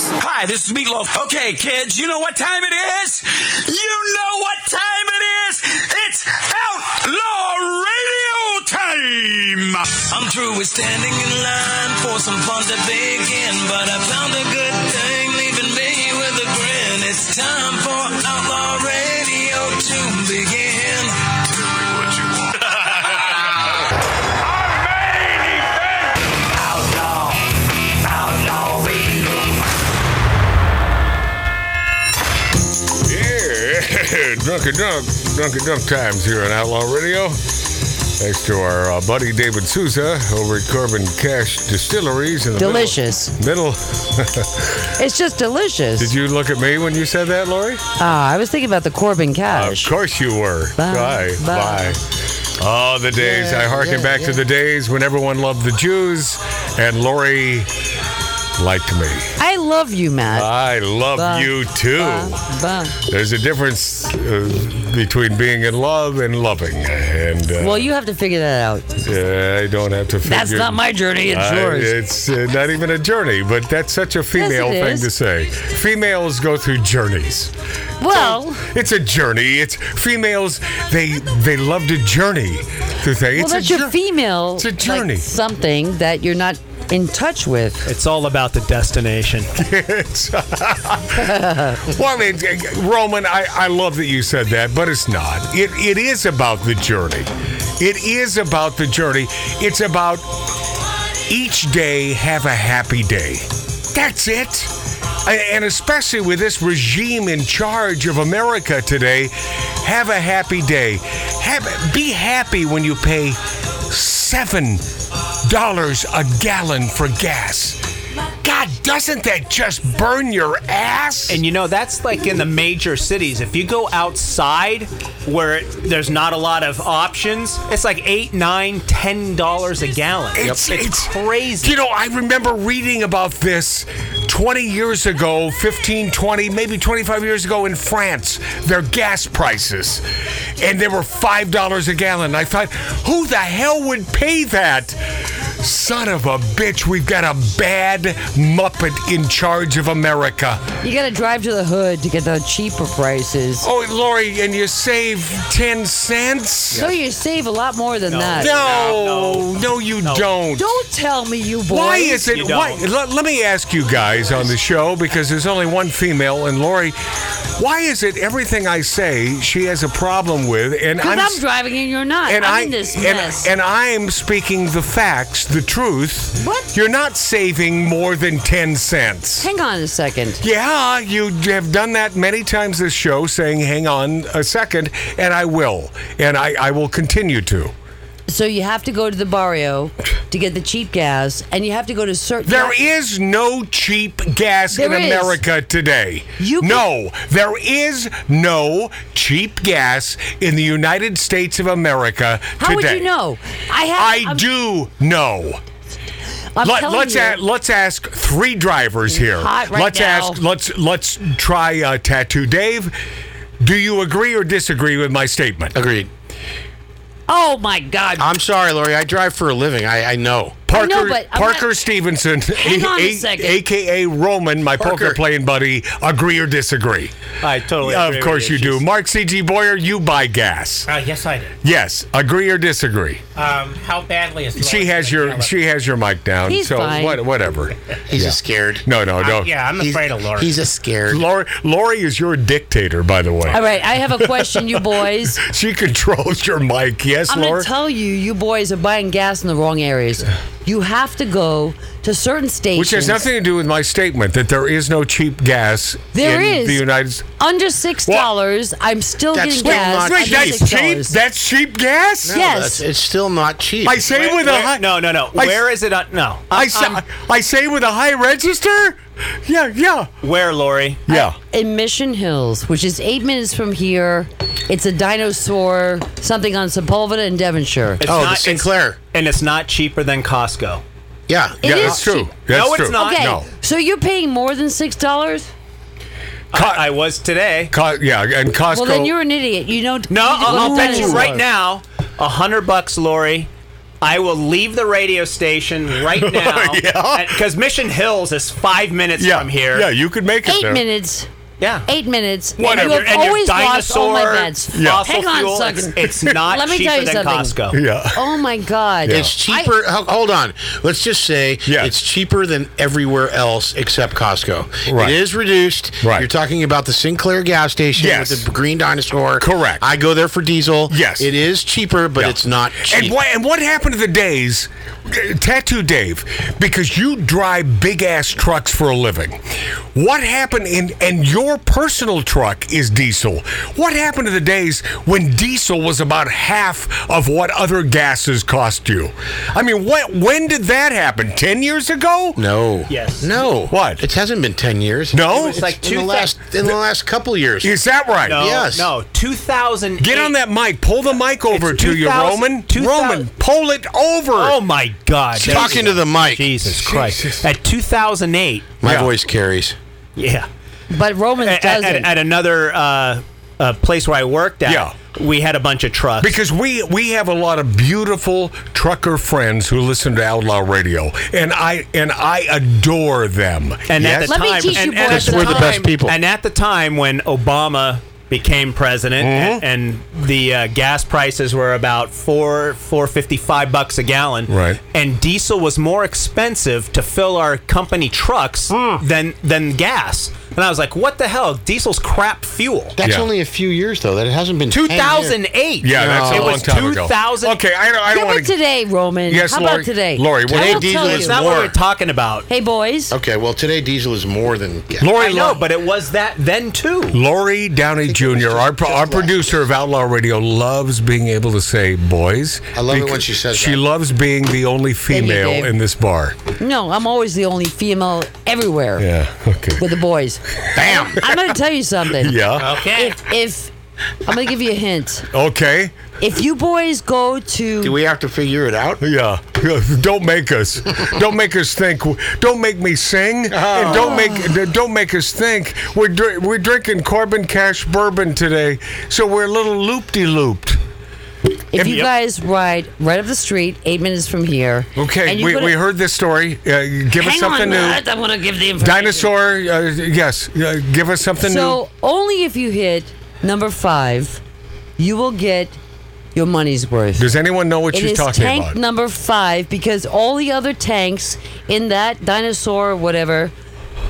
Hi, this is Meatloaf. Okay, kids, you know what time it is? You know what time it is? It's Outlaw Radio time! I'm through with standing in line for some fun to begin, but I found a good thing leaving me with a grin. It's time for Outlaw Radio to begin. Yeah, drunken drunk, drunken drunk times here on Outlaw Radio. Thanks to our uh, buddy David Souza over at Corbin Cash Distilleries in the middle- Delicious. middle. It's just delicious. Did you look at me when you said that, Lori? Ah, I was thinking about the Corbin Of cash. course you were. Bye, Bye. Bye. bye. Oh, the days. Yeah, I harken yeah, back to yeah. the days when everyone loved the Jews and Lori liked me. I love you, Matt. I love Bye. you too. Bah, bah. There's a difference uh, between being in love and loving. And uh, Well, you have to figure that out. uh, I don't have to figure That's not my journey. It's I- yours. it's uh, not even a journey, but that's such a female it thing is. to say. Females go through journeys. well, It's a journey. It's females. They they love to journey through things. It's well, a that's your jour- female. it's a like, journey. something that you're not in touch with. It's all about the destination. It's- well, I mean, Roman, I, I love that you said that, but it's not. It, it is about the journey. It is about the journey. It's about each day have a happy day. That's it. A- And especially with this regime in charge of America today, have a happy day. Have, be happy when you pay seven dollars a gallon for gas. God, doesn't that just burn your ass? And you know, that's like in the major cities. If you go outside where it, there's not a lot of options, it's like eight, nine, ten dollars a gallon. It's- it's- crazy. You know, I remember reading about this 20 years ago, 15, 20, maybe 25 years ago in France, their gas prices. And they were $5 a gallon. I thought, who the hell would pay that? Son of a bitch, we've got a bad Muppet in charge of America. You got to drive to the hood to get the cheaper prices. Oh, Lori, and you save 10 cents? So you save a lot more than that. No, no, you don't. Don't tell me you boys. Why is it? You Why, don't. let, let me ask you guys on the show because there's only one female, and Lori, why is it everything I say she has a problem with, and Because I'm, I'm, s- driving and you're not. and I'm I- in this and- mess. and I'm speaking the facts, the truth. What? You're not saving more than ten cents. Hang on a second. Yeah, you have done that many times this show, saying, "Hang on a second, and I will, and I, I will continue to. So you have to go to the barrio to get the cheap gas, and you have to go to certain. There is no cheap gas There in is. America today. You can- no, there is no cheap gas in the United States of America How today. would you know? I have. I I'm- do know. I'm Let, telling us you. a, let's ask three drivers here. hot right let's now. ask. Let's let's try uh, tattoo Dave. Do you agree or disagree with my statement? Agreed. oh my God! I'm sorry, Lori. I drive for a living. I, I know. Parker, I know, but I'm Parker not- Stevenson, Hang on a second. aka Roman, my poker Parker. playing buddy, agree or disagree? I totally. Yeah, agree of with course you do. She's- Mark C.G. Boyer, you buy gas. Uh, yes, I did. Yes, agree or disagree. Um, how badly is Laura She has gonna your yell at- she has your mic down. He's so fine. what whatever. He's just scared. No, no, Uh, don't. yeah, I'm He's- afraid of Laura. He's just scared. Lori, Lori is your dictator, by the way. All right, I have a question, you boys. She controls your mic. Yes, I'm going Lori. to tell you, you boys are buying gas in the wrong areas. You have to go to certain stations. Which has nothing to do with my statement that there is no cheap gas There in is. the United States. Under six dollars, I'm still That's getting still gas. not under cheap. Wait, that's cheap. $6. That's cheap gas. No, yes. that's- It's still not cheap. I say Where- with a where- high, no, no, no. I s- where is it? On, no. I Um, say, I say with a high register. Yeah, yeah, where, Lori? yeah. in Mission Hills, which is eight minutes from here. It's a dinosaur, something on Sepulveda in Devonshire. It's oh, not- the it's- Sinclair. and it's not cheaper than Costco. Uh, Yeah. It yeah, is that's true. cheap. That's No, it's true. not. Okay, No. so you're paying more than six dollars? Co- I was today. Co- yeah, and Costco. Well, then you're an idiot. You know. you No, need to go I'll, I'll to bet you Venezuela. right now, a hundred bucks, Lori, I will leave the radio station right now Yeah. because Mission Hills is five minutes Yeah, from here. Yeah, you could make it Eight there. minutes. yeah. Eight minutes. and Whatever. You have and your always lost all my dinosaur bets. Yeah. fossil Hang on a fuel, second. it's, it's not Let me cheaper tell you than something. Costco. Yeah. Oh my God. It's cheaper. ho- hold on. Let's just say Yeah. it's cheaper than everywhere else except Costco. Right. It is reduced. Right. You're talking about the Sinclair gas station Yes. with the green dinosaur. Correct. I go there for diesel. Yes. It is cheaper, but Yeah. it's not cheap. And what, and what happened to the days, Tattoo Dave, because you drive big ass trucks for a living. What happened in, and your personal truck is diesel. What happened to the days when diesel was about half of what other gases cost you? I mean, what, when did that happen? 10 years ago? No. Yes. No. What? It hasn't been ten years. No? It's like In two the last in the last couple years. is that right? No, Yes. no, two thousand. Get on that mic. Pull the mic over It's to you, 2000 Roman. 2000 Roman, pull it over. Oh my God! That Talking is- to the mic. Jesus Christ! At two thousand eight. My Yeah. voice carries. Yeah. But Romans At, at, doesn't. at, at another uh, uh, place where I worked at, Yeah. we had a bunch of trucks. Because we we have a lot of beautiful trucker friends who listen to Outlaw Radio, and I and I adore them. and at Yes? the Let me time, teach you and, boys and at We're the best time- people. And at the time when Obama became president, Mm-hmm. a- and, the uh, gas prices were about four four fifty five bucks a gallon, Right. And diesel was more expensive to fill our company trucks Hmm. than than gas. And I was like, what the hell? Diesel's crap fuel. That's Yeah. only a few years though. That it hasn't been 10 Two years. thousand eight. yeah, that's it a long was time ago. Two thousand. Okay, I don't, I yeah, don't but want to. today, Roman. Yes, how Lori- about today? Lori, what- I Today will diesel tell is It's you. not what more. we're talking about. Hey, boys. Okay, well today diesel is more than gas. Lori, I know, Lo- but it was that then too. Lori Downey Jr., our, pro- our producer of Outlaw Radio, loves being able to say "boys." I love it because when she says she that. loves being the only female Dave. in this bar. No, I'm always the only female everywhere Yeah. Okay. with the boys. Bam. I'm going to tell you something. Yeah. Okay. If, if I'm going to give you a hint. Okay. If you boys go to Do we have to figure it out? Yeah. Don't make us. Don't make us think. Don't make me sing. And don't make. Don't make us think. We're dr- we're drinking Corbin Cash bourbon today, so we're a little loop de looped. If you Yep. guys ride right up the street, eight minutes from here. and Okay. you We, go to- we heard this story. Uh, give us Hang something on, new. Matt, I want to give the information. Dinosaur. Uh, yes. Uh, give us something So only if you hit number five, you will get your money's worth. new. Does anyone know what it she's is talking tank about? number five because all the other tanks in that dinosaur or whatever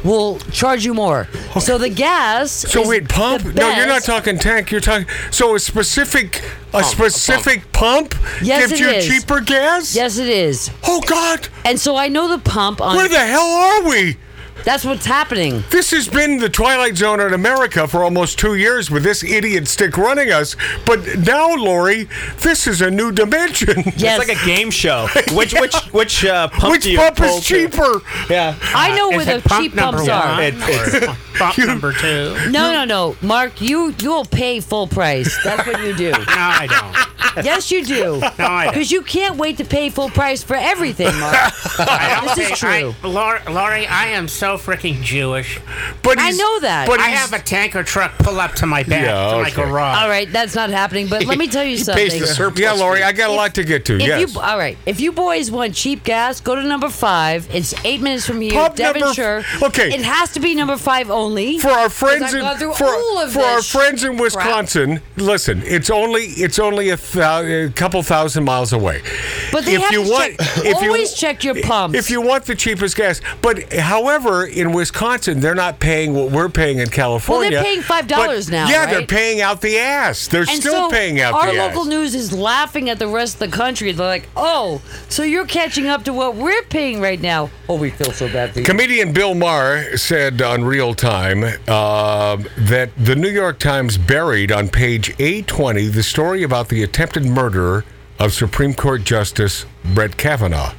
will charge you more. So the gas. so is wait, pump? the No, you're not best. talking tank. You're talking. So a specific, a Pump, a specific pump, Yes, gives it you is. cheaper gas. Yes, it is. Oh God. And so I know the pump on. Where the hell are we? that's what's happening. This has been the Twilight Zone in America for almost two years with this idiot stick running us. But now, Lori, this is a new dimension. Yes. It's like a game show. Which which which uh, pump Which do you pump pull is to? cheaper? Yeah. I know where Is the it pump cheap number pumps one are. It- it's- or pump number two. No, no, no, Mark. You you'll pay full price. That's what you do. No, I don't. yes, you do. I don't. Because you can't wait to pay full price for everything, Mark. I don't this is think- I- true. Lori, Lori, I am so freaking Jewish. But I he's- know that. But I he's- have a tanker truck pull up to my back, Yeah, to my okay. garage. all right, that's not happening. But let me tell you He something. pays the surplus. yeah, Lori, fee. I got a lot to get to. If Yes. you all right, if you boys want cheap gas, go to number five. It's eight minutes from here, Pump number f- Devonshire. okay. it has to be number five only. for our friends Because I've in gone through for, all of for this our friends in crap. Wisconsin, listen, it's only it's only a, thou- a couple thousand miles away. But they if have you to want, check- if you- always check your pumps. If you want the cheapest gas, but however, in Wisconsin, they're not paying what we're paying in California. paying but- $5 now, Yeah, right? they're paying out the ass. They're And still so paying out our the local ass. news is laughing at the rest of the country. They're like, "Oh, so you're catching up to what we're paying right now?" Oh, we feel so bad for you. Comedian Bill Maher said on Real Time uh, that the New York Times buried on page 820 the story about the attempted murder of Supreme Court Justice Brett Kavanaugh.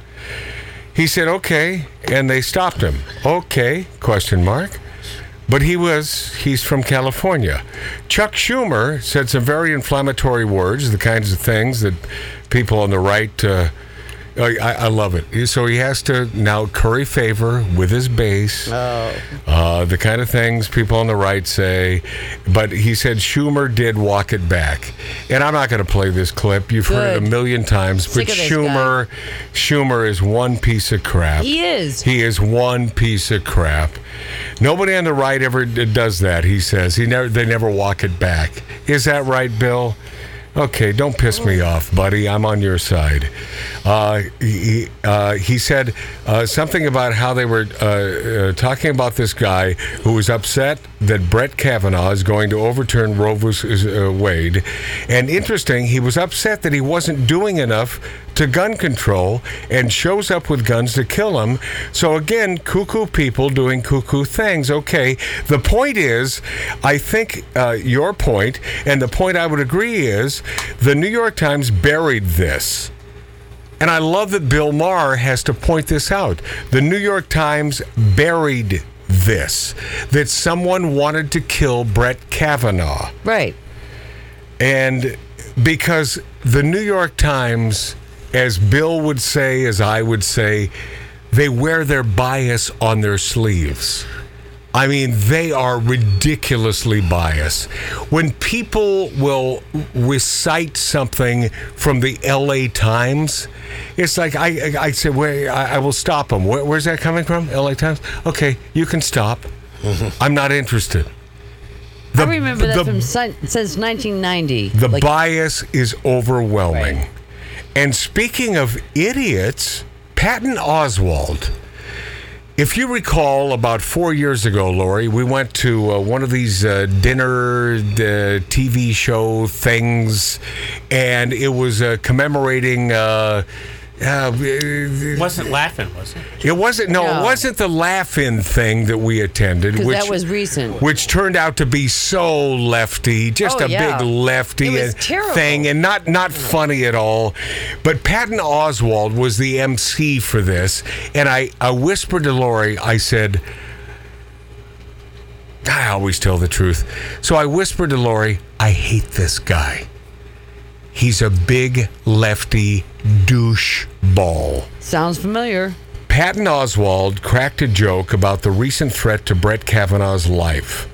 He said, okay, and they stopped him. Okay, question mark. But he was, he's from California. Chuck Schumer said some very inflammatory words, the kinds of things that people on the right uh, Oh, I, I love it. So he has to now curry favor with his base. Oh. Uh, the kind of things people on the right say. But he said Schumer did walk it back. And I'm not going to play this clip. You've heard it a Good. million times. Sick but of this Schumer, Schumer is one piece of crap. He is. He is one piece of crap. Nobody on the right ever d- does that. He says he never. They never walk it back. Is that right, Bill? Okay, don't piss me off, buddy. I'm on your side. Uh, he, uh, he said uh, something about how they were uh, uh, talking about this guy who was upset that Brett Kavanaugh is going to overturn Roe vs. Uh, Wade. And interesting, he was upset that he wasn't doing enough to gun control and shows up with guns to kill him. So again, cuckoo people doing cuckoo things. Okay, the point is, I think uh, your point, and the point I would agree is, the New York Times buried this. And I love that Bill Maher has to point this out. The New York Times buried this that someone wanted to kill Brett Kavanaugh. Right. And because the New York Times, as Bill would say, as I would say, they wear their bias on their sleeves. I mean, they are ridiculously biased. When people will recite something from the LA Times, it's like I, I, I say, wait, I, I will stop them. Where, where's that coming from? LA Times? Okay, you can stop. I'm not interested. I remember that the from sin- since 1990. the Like, bias is overwhelming. Right. And speaking of idiots, Patton Oswald. If you recall, about four years ago, Lori, we went to uh, one of these uh, dinner uh, TV show things, and it was uh, commemorating. Uh, uh, Wasn't laughing, was it? it wasn't. No, it No. wasn't the laugh-in thing that we attended. 'Cause Which that was recent. which turned out to be so lefty, just Oh, a yeah. big lefty It was and terrible. thing, and not not funny at all. But Patton Oswald was the MC for this, and I, I whispered to Lori, I said, I always tell the truth. So I whispered to Lori, I hate this guy. He's a big lefty doucheball. sounds familiar. Patton Oswald cracked a joke about the recent threat to Brett Kavanaugh's life,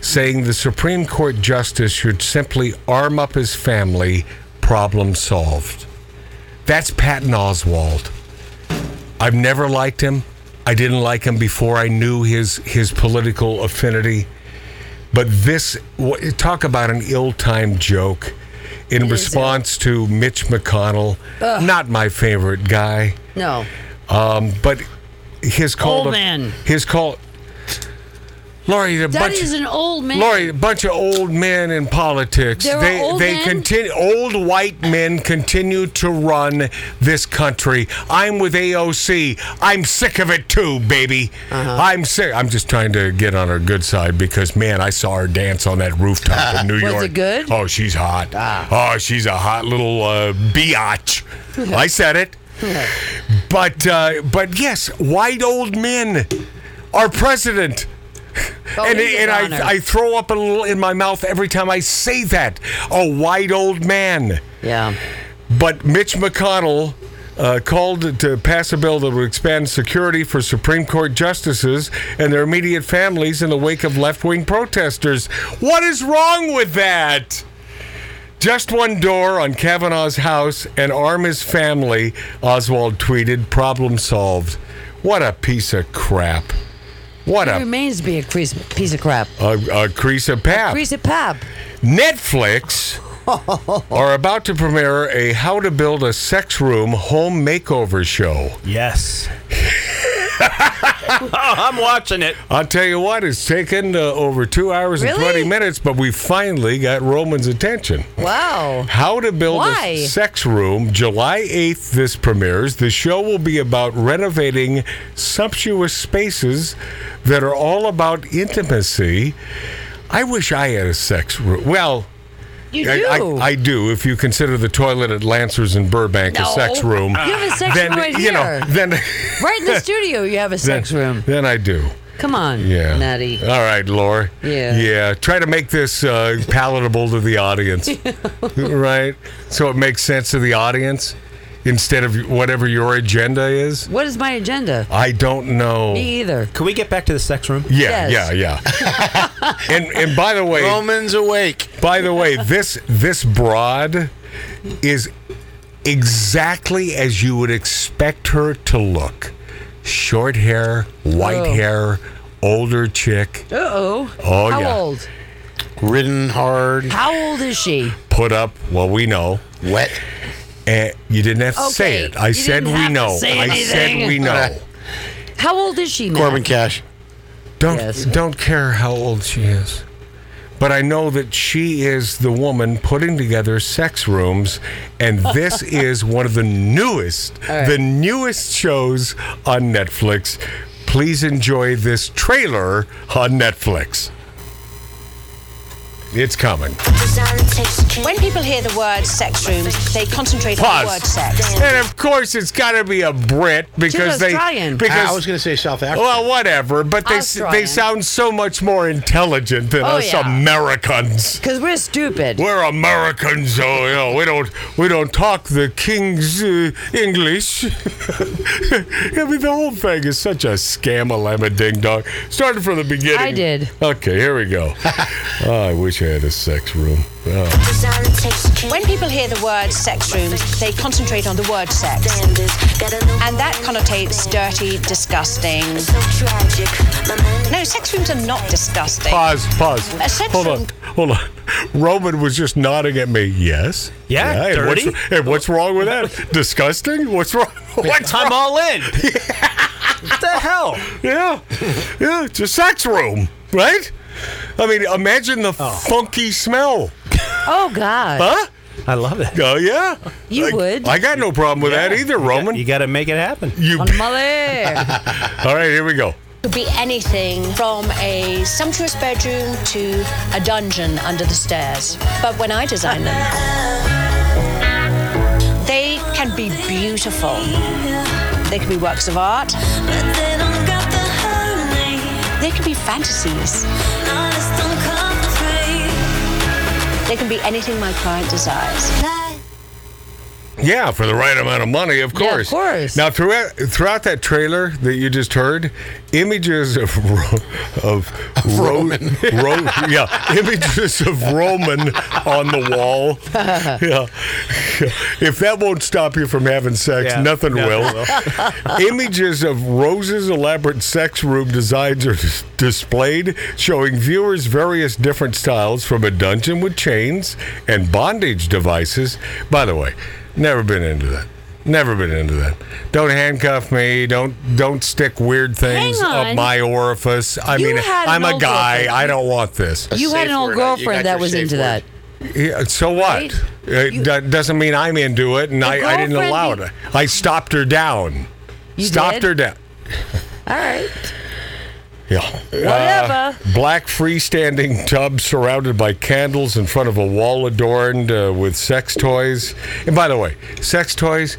saying the Supreme Court justice should simply arm up his family, problem solved. That's Patton Oswald. I've never liked him. I didn't like him before I knew his his political affinity. But this wh- talk about an ill-timed joke in response to Mitch McConnell, not my favorite guy. No. Um, but his call Old to- man. his call. Lori, a That bunch. is an old man. Lori, a bunch of old men in politics. There are they old they men? continue. Old white men continue to run this country. I'm with AOC. I'm sick of it too, baby. Uh-huh. I'm sick. I'm just trying to get on her good side because man, I saw her dance on that rooftop in New Was York. it good? Ah. Oh, she's hot. Oh, she's a hot little uh, biatch. I said it. But uh, but yes, white old men are president. Oh, and he's and an honor. I, I throw up a little in my mouth every time I say that. A white old man. yeah. But Mitch McConnell uh, called to pass a bill that would expand security for Supreme Court justices and their immediate families in the wake of left wing protesters. What is wrong with that? Just one door on Kavanaugh's house and arm his family, Oswald tweeted. Problem solved. What a piece of crap. What He a, remains to be a crease, piece of crap. a, a crease of pap. Crease of pap. Netflix are about to premiere a How to Build a Sex Room Home Makeover show. Yes. I'm watching it. I'll tell you what, it's taken uh, over two hours and Really? 20 minutes, but we finally got Roman's attention. Wow. How to Build Why? a Sex Room, July 8th, this premieres. The show will be about renovating sumptuous spaces that are all about intimacy. I wish I had a sex room. Well, You I, do. I, I do. If you consider the toilet at Lancers in Burbank a No. sex room, You have a sex then room right you know, here. then right in the studio, you have a then, sex room. then I do. Come on, Yeah. Uh, Natty. All right, Laura. Yeah. Yeah. Try to make this uh, palatable to the audience, right? So it makes sense to the audience. instead of whatever your agenda is? What is my agenda? I don't know. Me either. Can we get back to the sex room? Yeah, Yes. yeah, yeah. and and by the way, Romans awake. by the way, this this broad is exactly as you would expect her to look. Short hair, white Oh. hair, older chick, Uh oh. Oh, How yeah. old? Ridden hard, How old is she? put up, well we know. wet. And you didn't have to say Okay, it. I you said didn't we have to know. say I said anything. we know. How old is she now? Corbin Cash. Don't Yes. don't care how old she is. But I know that she is the woman putting together sex rooms, and this is one of the newest, the newest shows on Netflix. Please enjoy this trailer on Netflix. It's coming. When people hear the word sex rooms, they concentrate on the word Pause. sex. And of course, it's got to be a Brit because they Australian. because Ah, I was going to say South Africa. Well, whatever, but they s- they Australian. sound so much more intelligent than Oh, us yeah. Americans. Because we're stupid. We're Americans, oh yeah. We don't we don't talk the king's uh, English. I mean, the whole thing is such a scam, a lemon ding dong. Started from the beginning. I did. Okay, here we go. oh, I wish I had a sex room. Oh. When people hear the word sex rooms, they concentrate on the word sex. And that connotates dirty, disgusting. No, sex rooms are not disgusting. Pause, pause. A sex hold room- on, hold on. Roman was just nodding at me. Yes. Yeah, and, what's, dirty. and what's wrong with that? Disgusting. What's wrong? What's I'm wrong? all in. what the hell? Yeah, yeah. It's a sex room, right? I mean, imagine the funky smell. Oh, God. Huh? I love it. Oh yeah. You Like, would. I got no problem with that either, Roman. You got to make it happen. you. On Malay. All right, here we go. could be anything from a sumptuous bedroom to a dungeon under the stairs. But when I design them, they can be beautiful. They can be works of art. They can be fantasies. They can be anything my client desires. Yeah, for the right amount of money, of Yeah, of course. course. Now, throughout throughout that trailer that you just heard, images of Ro- of, Ro- Roman. Ro- yeah, images of Roman on the wall. Yeah. If that won't stop you from having sex, Yeah, nothing, nothing will. images of Rose's elaborate sex room designs are dis- displayed, showing viewers various different styles from a dungeon with chains and bondage devices. By the way, never been into that. Never been into that. Don't handcuff me. Don't don't stick weird things up on. my orifice. I You mean, had I'm an a old guy. girlfriend. I don't want this. You had safe an old word. You got girlfriend that your was safe into that. word. Yeah, so what? Right? It do- doesn't mean I'm into it, and I, I didn't girlfriend allow be- it. I stopped her down. You stopped did? her Uh, down. All right. Yeah. Uh, Whatever. black freestanding tub surrounded by candles in front of a wall adorned uh, with sex toys. And by the way, sex toys,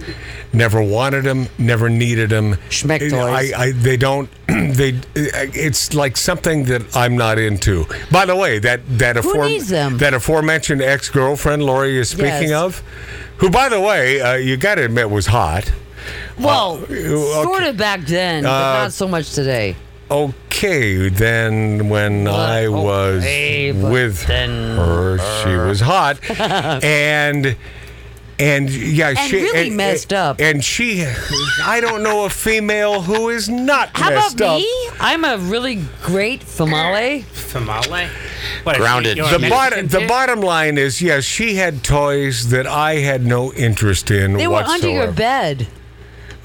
never wanted them, never needed them. Schmeck toys. I, I, they don't. They. It's like something that I'm not into. By the way, that that Who afore- needs them? that aforementioned ex girlfriend Lori is speaking Yes. of, who by the way, uh, you got to admit was hot. well, okay. Uh, sort of back then, but not so much today. okay then when I was okay, but with then- uh, her, she was hot, and and yeah, And she really messed up. And she, I don't know a female who is not How messed about up. me? I'm a really great famale. Famale? What, Grounded. you're a The The Mexican bottom, the too? bottom line is, yes, she had toys that I had no interest in They were whatsoever. under your bed.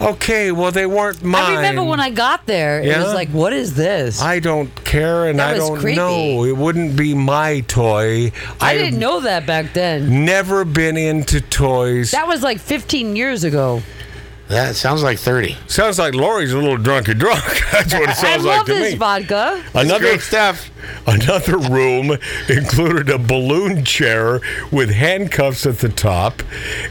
Okay, well, they weren't mine. I remember when I got there, it Yeah? was like, what is this? I, I don't care, and That I was don't creepy. know. It wouldn't be my toy. I, didn't know that back then. never been into toys. That was like 15 years ago. That sounds like 30. Sounds like Lori's a little drunky drunk. That's what it I sounds love like to this me. vodka. Another great stuff. Another room included a balloon chair with handcuffs at the top,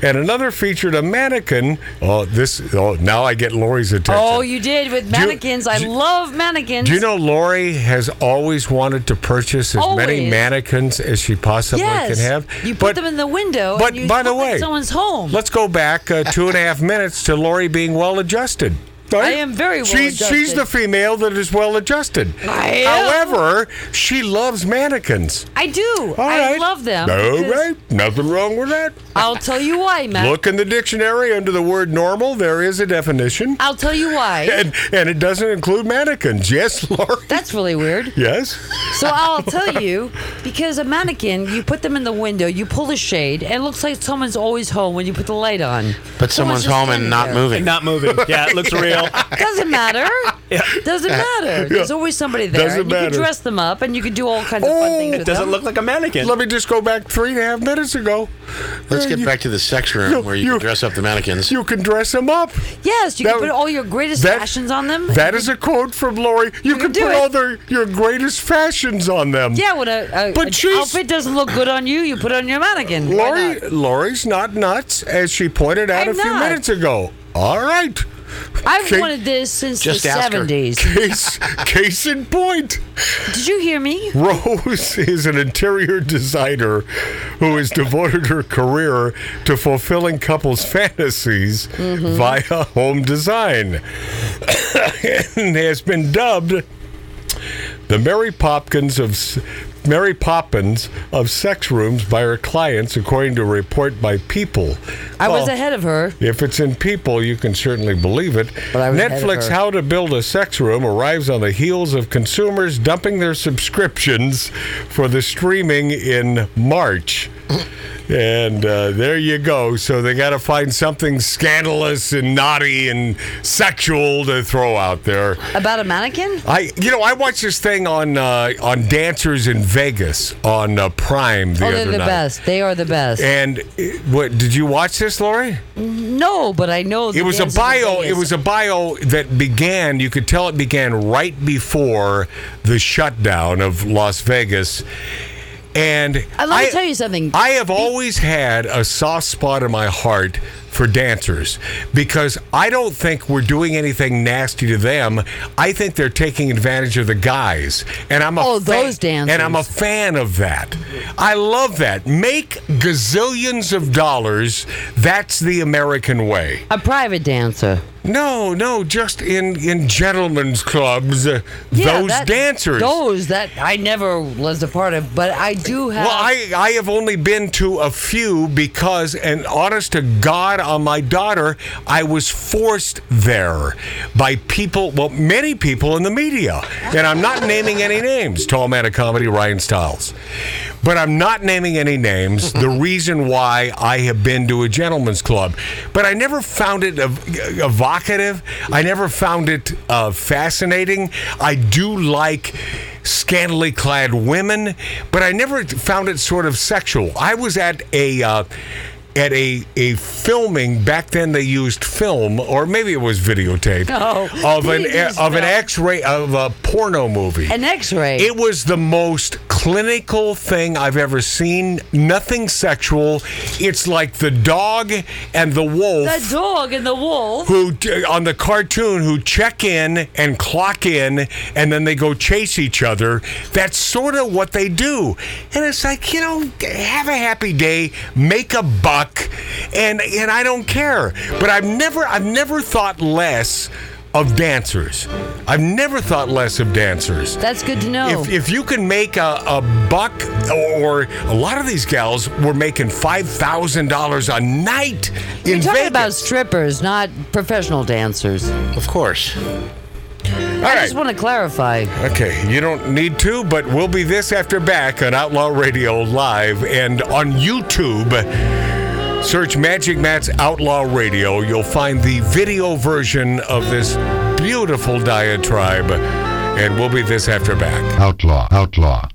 and another featured a mannequin. Oh, this! Oh, now I get Lori's attention. Oh, you did with mannequins. I do- love mannequins. Do you know Lori has always wanted to purchase as many Always. mannequins as she possibly Yes. can have? You put But- them in the window. But and Oh, you by the look like way, someone's home. Let's go back uh, two and a half minutes to Lori being well adjusted. I am very she's, She's well-adjusted. the female that is well adjusted. I am. However, she loves mannequins. I do. All I right. love them. All because- right. Nothing wrong with that. I'll tell you why, Matt. Look in the dictionary under the word normal. There is a definition. I'll tell you why. And, and it doesn't include mannequins. Yes, Lori. That's really weird. Yes. So I'll tell you because a mannequin, you put them in the window, you pull the shade, and it looks like someone's always home when you put the light on. But someone's just home standing and not there. moving. And not moving. Yeah, it looks real. Doesn't matter. Doesn't matter. There's Yeah. always somebody there. Doesn't and you matter. can dress them up and you can do all kinds of fun Oh, things it It with doesn't them. look like a mannequin. Let me just go back three and a half minutes ago. Let's Uh, get you- back to the sex room you- where you, you- can dress up the mannequins. You can dress them up. Yes, you That- can put all your greatest that- fashions on them. That is a quote from Lori. You can can do put it. all their, your greatest fashions on them. yeah, when a, a But an she's- outfit doesn't look good on you, you put on your mannequin. Why Lori, not? Lori's not nuts, as she pointed out I'm a few not. minutes ago. All right. I've Kate- wanted this since Just the ask her. 70s. Case, case in point. Did you hear me? Rose is an interior designer who has devoted her career to fulfilling couples' fantasies Mm-hmm. via home design and has been dubbed the Mary Popkins of s- Mary Poppins of sex rooms by her clients, according to a report by People. I was Well, ahead of her. if it's in people, you can certainly believe it. But I was ahead of Netflix her. How to Build a Sex Room arrives on the heels of consumers dumping their subscriptions for the streaming in March. and uh, there you go. So they got to find something scandalous and naughty and sexual to throw out there. About a mannequin? Oh, I, you know, I watched this thing on uh, on dancers in Vegas on uh, Prime the oh, other they're the night. best. They are the best. And uh, what did you watch this, Lori? no, but I know. It was a bio. It was a bio that began. You could tell it began right before the shutdown of Las Vegas. And Uh, let me tell you something. I have always had a soft spot in my heart for dancers because I don't think we're doing anything nasty to them. I think they're taking advantage of the guys, and I'm a Oh, fan- those dancers. and I'm a fan of that. I love that. Make gazillions of dollars. That's the American way. a private dancer. No, no, just in in gentlemen's clubs, uh, Yeah, those that- dancers. Those that I never was a part of, but I do have. well, I, I have only been to a few because, and honest to God, on my daughter, I was forced there by people, well, many people in the media. And I'm not naming any names. Tall Man of Comedy, Ryan Stiles. But I'm not naming any names. the reason why I have been to a gentleman's club. But I never found it ev- evocative. I never found it uh, fascinating. I do like scantily clad women, but I never found it sort of sexual. I was at a. Uh, at a, a filming back then they used film or maybe it was videotape No, of they an uh, didn't use of an film. x-ray of a porno movie an X-ray. it was the most clinical thing I've ever seen. Nothing sexual. It's like the dog and the wolf the dog and the wolf. who on the cartoon who check in and clock in and then they go chase each other that's sort of what they do and it's like you know have a happy day make a buck and and I don't care but I've never I've never thought less of dancers I've never thought less of dancers That's good to know. if, if you can make a, a buck, or a lot of these gals were making five thousand dollars a night You're in talking Vegas. about strippers, not professional dancers. Of course. All I right. just want to clarify. Okay, you don't need to, but we'll be this after back on Outlaw Radio Live and on YouTube. Search Magic Matt's Outlaw Radio. You'll find the video version of this beautiful diatribe, and we'll be this after back. Outlaw, outlaw,